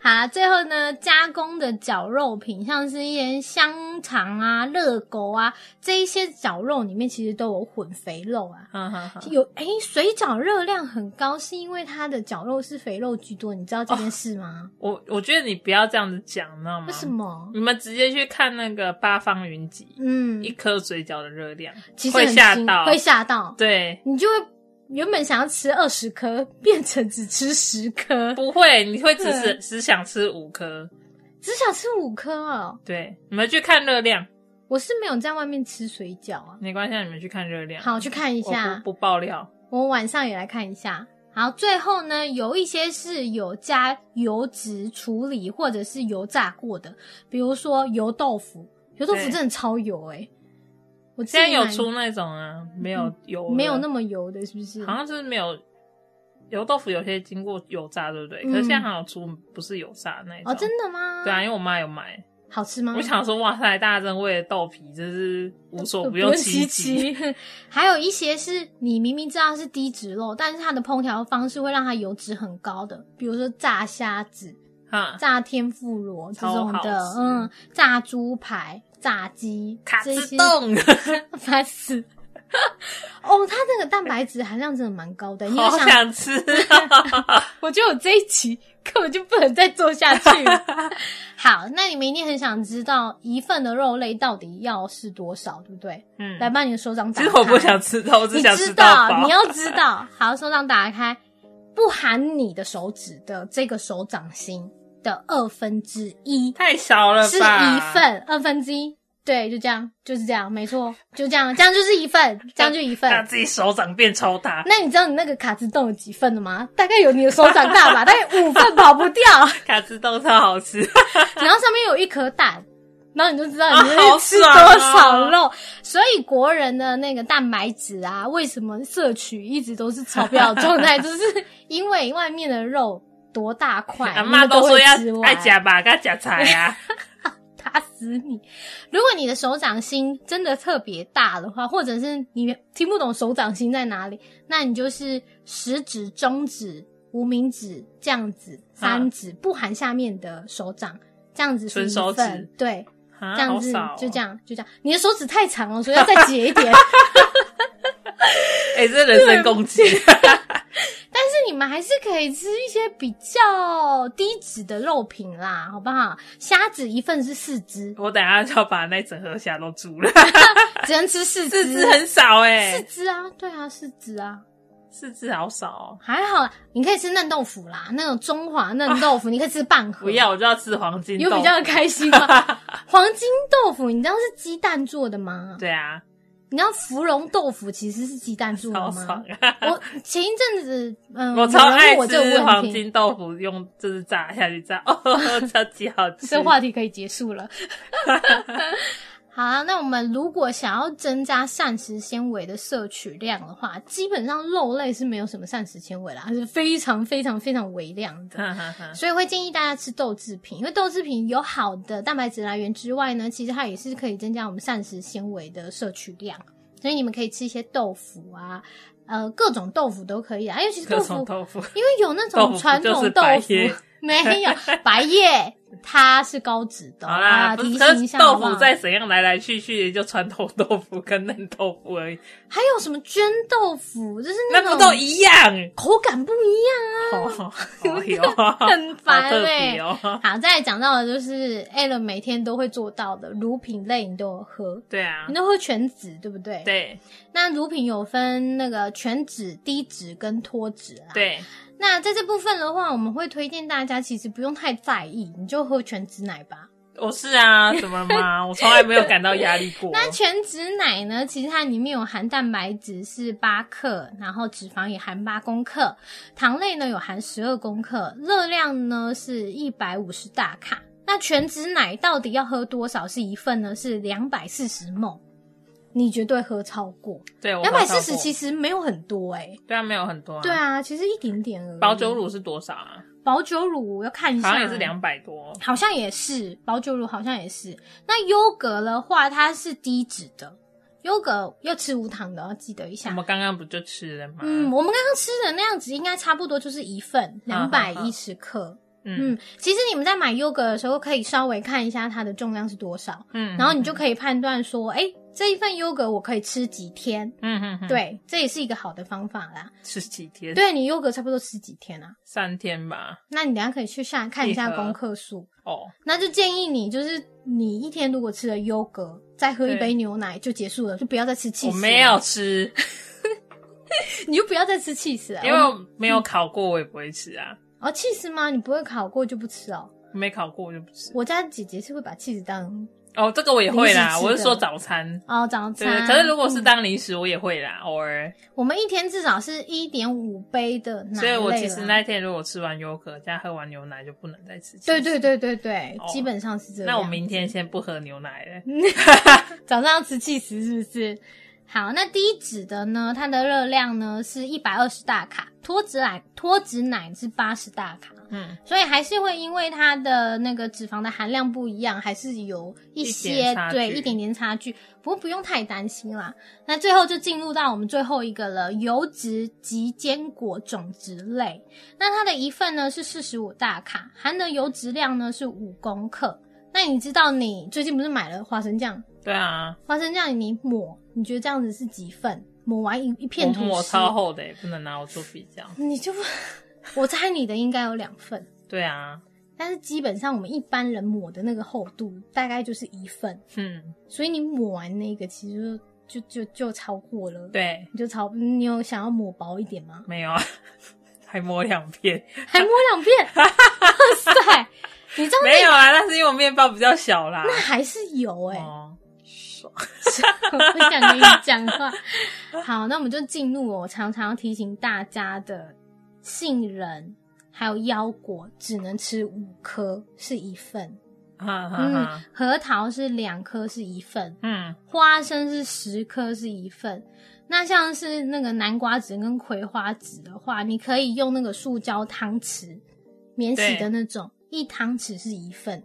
好啦，最后呢，加工的绞肉品，像是一些香肠啊、热狗啊，这一些绞肉里面其实都有混肥肉啊。
哈哈哈。
有哎、水饺热量很高，是因为它的绞肉是肥肉居多，你知道这
哦
件事吗？
我我觉得你不要这样子讲，你知道吗？
为什？么？
你们直接去看那个八方云集，
嗯
一，颗水饺的热量
其实
会
很
吓
惊
到，
会吓到，
对，
你就会原本想要吃二十颗， 变成只吃十颗，
不会，你会只
对
是只想吃五颗。
只想吃五颗哦。
对，你们去看热量，
我是没有在外面吃水饺啊。
没关系，你们去看热量。
好，去看一
我
下，
不不爆料。
我晚上也来看一下。好，最后呢，有一些是有加油脂处理或者是油炸过的，比如说油豆腐，油豆腐
对
真的超油哎、我之
现在
前
有
买
出那种啊，没有油的，
嗯没有那么油的，是不是？
好像就是没有油豆腐，有些经过油炸，对不对？
嗯
可是现在好像有出不是油炸那种。
哦，真的吗？嗯
对啊，因为我妈有买，
好吃吗？
我想说，哇塞，大家真为了豆皮，真是无所哦用其极。
其。还有一些是你明明知道是低脂肉，但是它的烹调方式会让它油脂很高的，比如说炸虾子、
哈，
炸天妇罗这种
啊超好
的，
吃
嗯，炸猪排、炸鸡，
卡
这
自
些
动，
烦死。哦，它那个蛋白质含量真的蛮 高的，你
好
有想，
想吃哦。
我觉得我这一集根本就不能再做下去了。 好，那你们一定很想知道一份的肉类到底要是多少，对不对？
嗯
来，把你的手掌打
其
开。
实我不想吃到，我只
你
想吃
知
到
道，
饱。
你要知道， 好，手掌打开，不含你的手指的这个手掌心的二分之一，
太小了吧？
是一。份二分之一，对，就这样，就是这样，没错，就这样，这样就是一份，这样就一 份。
让自己手掌变超大，
那你知道你那个卡子洞有几份了吗？大概有你的手掌大吧，大概五份跑不掉。
卡兹豆超好吃。
然后上面有一颗蛋，然后你就知道你
啊好
会吃多
爽啊
少肉。所以国人的那个蛋白质啊，为什么摄取一直都是超标的状 态，就是因为外面的肉多大块，
阿
你
妈
们
都
都
说
会
要
吃完
爱夹吧，该夹菜 啊。
打死你！如果你的手掌心真的特别大的话，或者是你听不懂手掌心在哪里，那你就是食指、中指、无名指这样子，
啊
三指、不含下面的手掌，这样子是
纯手
一份
指，
对，
啊
这样子、
好少哦
就这。样就这样。你的手指太长了，所以要再截一 点。
哎、这人身攻击，
但是你们还是可以吃一些比较低脂的肉品啦，好不好？虾子一份是四只，
我等一下就要把那整盒虾都煮了。
只能吃四只，
四只很少哎、
四只啊，对啊，四只啊。
四只好少哦。
还好啦，你可以吃嫩豆腐啦，那种中华嫩豆腐，你可以吃半盒。
不要，我就要吃黄金
有
豆。
比较开心 吗？ 黄金豆腐，你知道是鸡蛋做的吗？
对啊，
你知道芙蓉豆腐其实是鸡蛋做的
好
吗
爽？啊！
我前一阵子，嗯，
我超爱
有人问我这
吃
个
黄
问题，
金豆腐，用就是炸下去炸， 哦，超级好吃。
这话题可以结束 了。好啊，那我们如果想要增加膳食纤维的摄取量的话，基本上肉类是没有什么膳食纤维啦，是非常非常非常微量的。
哈哈哈，
所以会建议大家吃豆制品，因为豆制品有好的蛋白质来源之外呢，其实它也是可以增加我们膳食纤维的摄取量。所以你们可以吃一些豆腐啊，呃，各种豆腐都可以啊，因为其实
各
豆
种
腐，
豆腐，
因为有那
豆腐
种
不
传
就是
统豆
白
腐
叶
没有白叶，它是高脂的
好啦，
啊，
不是
提
可
醒一
是
下
豆
好不
腐
好
再怎样来来去去，就传统豆腐跟嫩豆腐而已，
还有什么绢豆腐，就是
那
种
不都一样？
口感不一样啊。
哦，好 哟，
很烦
哦好特
欸
别 哦。
好，再来讲到的就是 Alan 每天都会做到的乳品类，你都有喝，
对啊
你，都喝全脂，对不对？。
对
那乳品有分那个全脂、低脂跟脱脂啦。。
对，
那在这部分的话，我们会推荐大家其实不用太在意，你就喝全脂奶吧。
我是啊，怎么了吗？我从来没有感到压力过。
那全脂奶呢，其实它里面有含蛋白质是八克，然后脂肪也含八公克，糖类呢有含十二公克，热量呢是一百五十大卡。那全脂奶到底要喝多少是一份呢？是两百四十梦，你绝对喝超过。
对，我
两百四十其
实
实没有很多哎、
对啊，没有很多啊。
对，啊，其实一点点而已。
保酒，乳是多少啊？
保酒乳要看一下，
好像也是，两百多。
好像也是保酒乳，好像也是。那优格的话，它是低脂的，优格要吃无糖的，要记得一
我
下。嗯
们刚刚不就吃了吗？
嗯，我们刚刚吃的那样子，应该差不多就是一份两
啊好
百
好好
一十克。
嗯
嗯，其实你们在买优格的时候，可以稍微看一下它的重量是多少，
嗯，
然后你就可以判断说，哎、这一份优格我可以吃几天？
嗯嗯嗯，
对，这也是一个好的方法啦。
十几天，
对你优格差不多吃几天啊？
三天吧。
那你等一下可以去下看一下
一盒
功课数，
哦，
那就建议你就是你一天如果吃了优格，再喝一
对
杯牛奶就结束了，就不要再吃气
我
死。
没有，吃，
你就不要再吃气死了。
因为我没
嗯
有烤过，我也不会吃啊。
哦，气死吗？你不会烤过就不吃哦？
没烤过我就不吃。
我家姐姐是会把气死当
哦，这个我也会
临时吃
啦，
的
我是说早餐。
哦早
对
餐，，
可是如果是
嗯
当零食，我也会啦，偶尔。
我们一天至少是一点五杯的奶类啦
所以我其实那天如果吃完优格加喝完牛奶，就不能再吃。
对对。对对对，
哦
基本上是这样。
那我明天先不喝牛奶
嗯
了。
早上要吃气死是不是？好，那低脂的呢？它的热量呢是一百二十大卡，脱脂奶脱脂奶是八十大卡，
嗯，
所以还是会因为它的那个脂肪的含量不一样，还是有一
一
些
点差距
对一点点差距。不过不用太担心啦。那最后就进入到我们最后一个了，油脂及坚果种植类。那它的一份呢是四十五大卡，含的油脂量呢是五公克。那你知道你最近不是买了花生酱？
对啊，
花生酱你抹，你觉得这样子是几份？抹完一一片
我
吐
抹
司，
超厚的，欸不能拿我做比较。
你就我猜你的应该有两份，
对啊，
但是基本上我们一般人抹的那个厚度大概就是一份，
嗯，
所以你抹完那个其实就就就就超过了。，
对，？
你就超，你有想要抹薄一点吗
没有啊，还抹两片，
还抹两遍，哇塞！你知道
没有啊，那是因为我面包比较小啦。
那还是有哎、
哦，爽，
我不想跟你讲话。好，那我们就进入哦我常常提醒大家的杏仁还有腰果，只能吃五颗是一份，
哈哈
嗯
啊哈，，
核桃是两颗是一份，
嗯，
花生是十颗是一份。那像是那个南瓜籽跟葵花籽的话，你可以用那个塑胶汤匙，免洗的
对
那种，一汤匙是一份。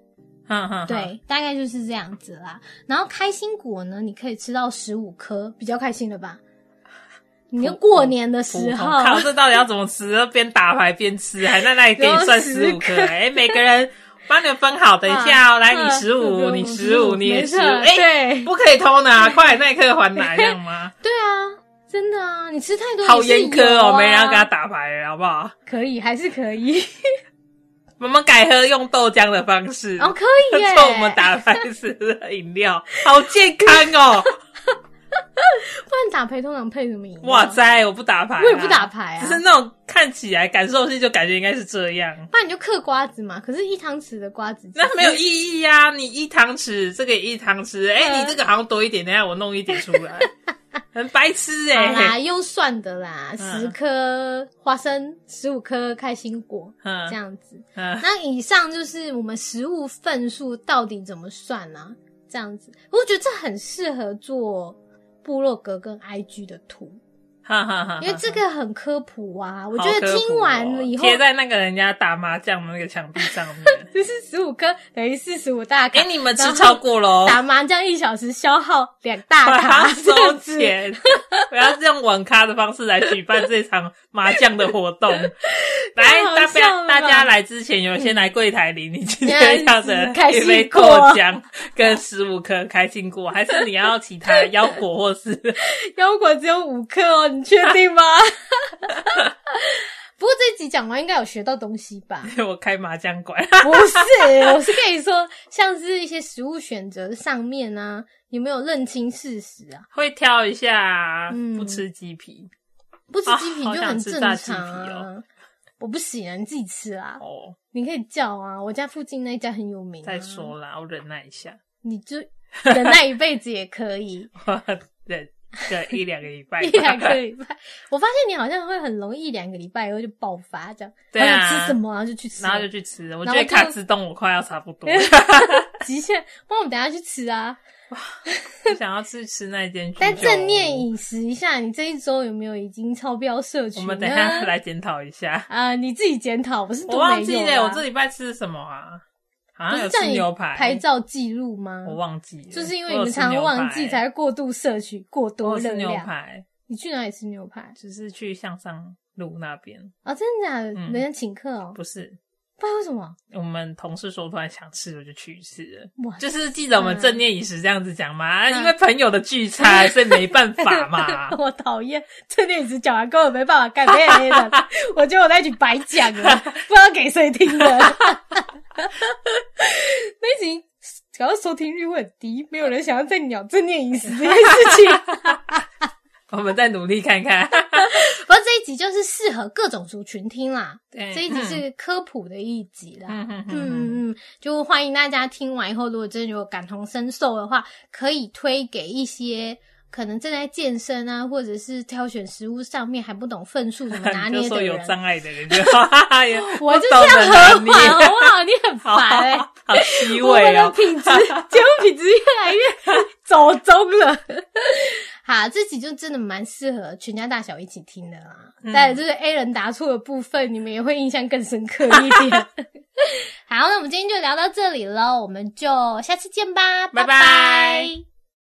哈哈，哈，
对，大概就是这样子啦。然后开心果呢，你可以吃到十五颗，比较开心了 吧？你就过年的
普
时
通
候，
靠这到底要怎么吃？边打牌边吃，还在那里给你算
有
十
十
五
颗
颗？哎，每个人帮你们分好，等一 下哦，来你十五，你十五，你也
嗯没
十
错，
五，哎，
对
不可以偷拿，快那一刻还来，这 样吗？
对啊，真的啊，你吃太多
好
也是
严苛
有
哦，
啊
没人要给他打牌了，好不好？
可以还是可以，
我们改喝用豆浆的方式，
哦可以耶，
做我们打牌时的饮料，好健康 哦！
嗯不然打牌通常配什么饮料？
哇，塞，我不打牌啦，
我也不打牌啊
只是，那种看起来感受性就感觉应该是这样，
不然你就嗑瓜子嘛。可是，一汤匙的瓜子其实
那没有意义呀、你一汤匙，这个也一汤 匙，哎、
嗯
你这个好像多一点，等一下我弄一点出来，很白痴
好
哎、嗯
啦，
欸。
又算的啦，十颗花生，十五颗开心果，
嗯
这样子。
嗯，
那以上就是我们食物份数到底怎么算呢、啊？这样子，我觉得这很适合做部落格跟 IG 的图，
哈哈哈，
因为这个很科普啊。我
嗯好
觉得
科普
听完
哦
了以后，
贴、在那个人家打麻将的那个墙壁上面。
就是十五颗等于四十五大卡
哎、，你们吃超过喽！
打麻将一小时消耗两大
我要
卡，
收 钱，我要用网咖的方式来举办这场麻将的活 动。来
太好，
大
笑了
家
吧
大家来之前，有先来柜台领你今天要 的
开心
一杯
果
豆浆跟十五颗开心果，还是你要其他腰果或是
这样子腰果只有五颗哦，你确定吗？不过这集讲完应该有学到东西 吧？
我开麻将馆？
不是，我是跟你说，像是一些食物选择上面呢、你没有认清事实啊，
会挑一下
嗯，
不吃鸡皮
不吃鸡皮就很正
啊好想吃
常
炸鸡皮
啊。
哦
我不行啊，你自己吃啊，
哦。
你可以叫啊，我家附近那家很有名、啊
再，说
嗯
啦，我忍耐一下，
你就忍耐一辈子也可以，
我忍个一两个礼拜 吧，
一两个礼拜。我发现你好像会很容易一两个礼拜以后就爆发，这样，
对啊
好想吃什么然后就去吃，
然后就去吃了。我
然
觉
后
得卡
就
自动我快要差不多了。
极限。那我们等一下去吃啊，
就想要去吃那间居酒屋。
再正念饮食一下，你这一周有没有已经超标摄取
我
呢？
们等一下来检讨一下。
啊、你自己检讨，我是
我
都
忘
没
记
有
了，
啦
我这礼拜吃什么啊？好
不
像有
是
吃
叫
牛
你
排，
拍照记录吗？
我忘记了，
就是因为你们常常忘记，才会过度摄取过
我
多
有
热
吃牛排我有吃牛
量。
排，
你去哪里吃牛排
就是去向上路那边，
啊、真的假的？
嗯
人家请客哦、
不是
不知道为什么，
我们同事说突然想吃，我就去吃了。
哇，
就是记得我们正念饮食这样子讲嘛，
嗯
啊因为朋友的聚餐，所以没办法嘛
。我讨厌这电子讲完根本没办法改变黑 人，我觉得我那句白讲了， 不知道给谁听的。 那一集搞到收听率会很低，没有人想要再鸟正念饮食这件事情。
我们再努力看看。
不过这一集就是适合各种族群听啦，
对
这一集是科普的一集啦。
嗯嗯嗯
嗯
嗯，
嗯，就欢迎大家听完以后，如果真的有感同身受的话，可以推给一些可能正在健身啊，或者是挑选食物上面还不懂分数怎么拿
你就
捏
说
的
有
人。
障碍的人就，哈哈哈有
我就是
不懂
要
得
和
拿
缓，
捏
好不好？你很
好
烦哎、欸。
好虚
我们
伪
的
哦。
品质，节目品质越来越走中了。好，这集就真的蛮适合全家大小一起听的啦。
嗯
再来就是 A 人答错的部分，你们也会印象更深刻一点。 好，那我们今天就聊到这里喽，我们就下次见吧，
拜拜
拜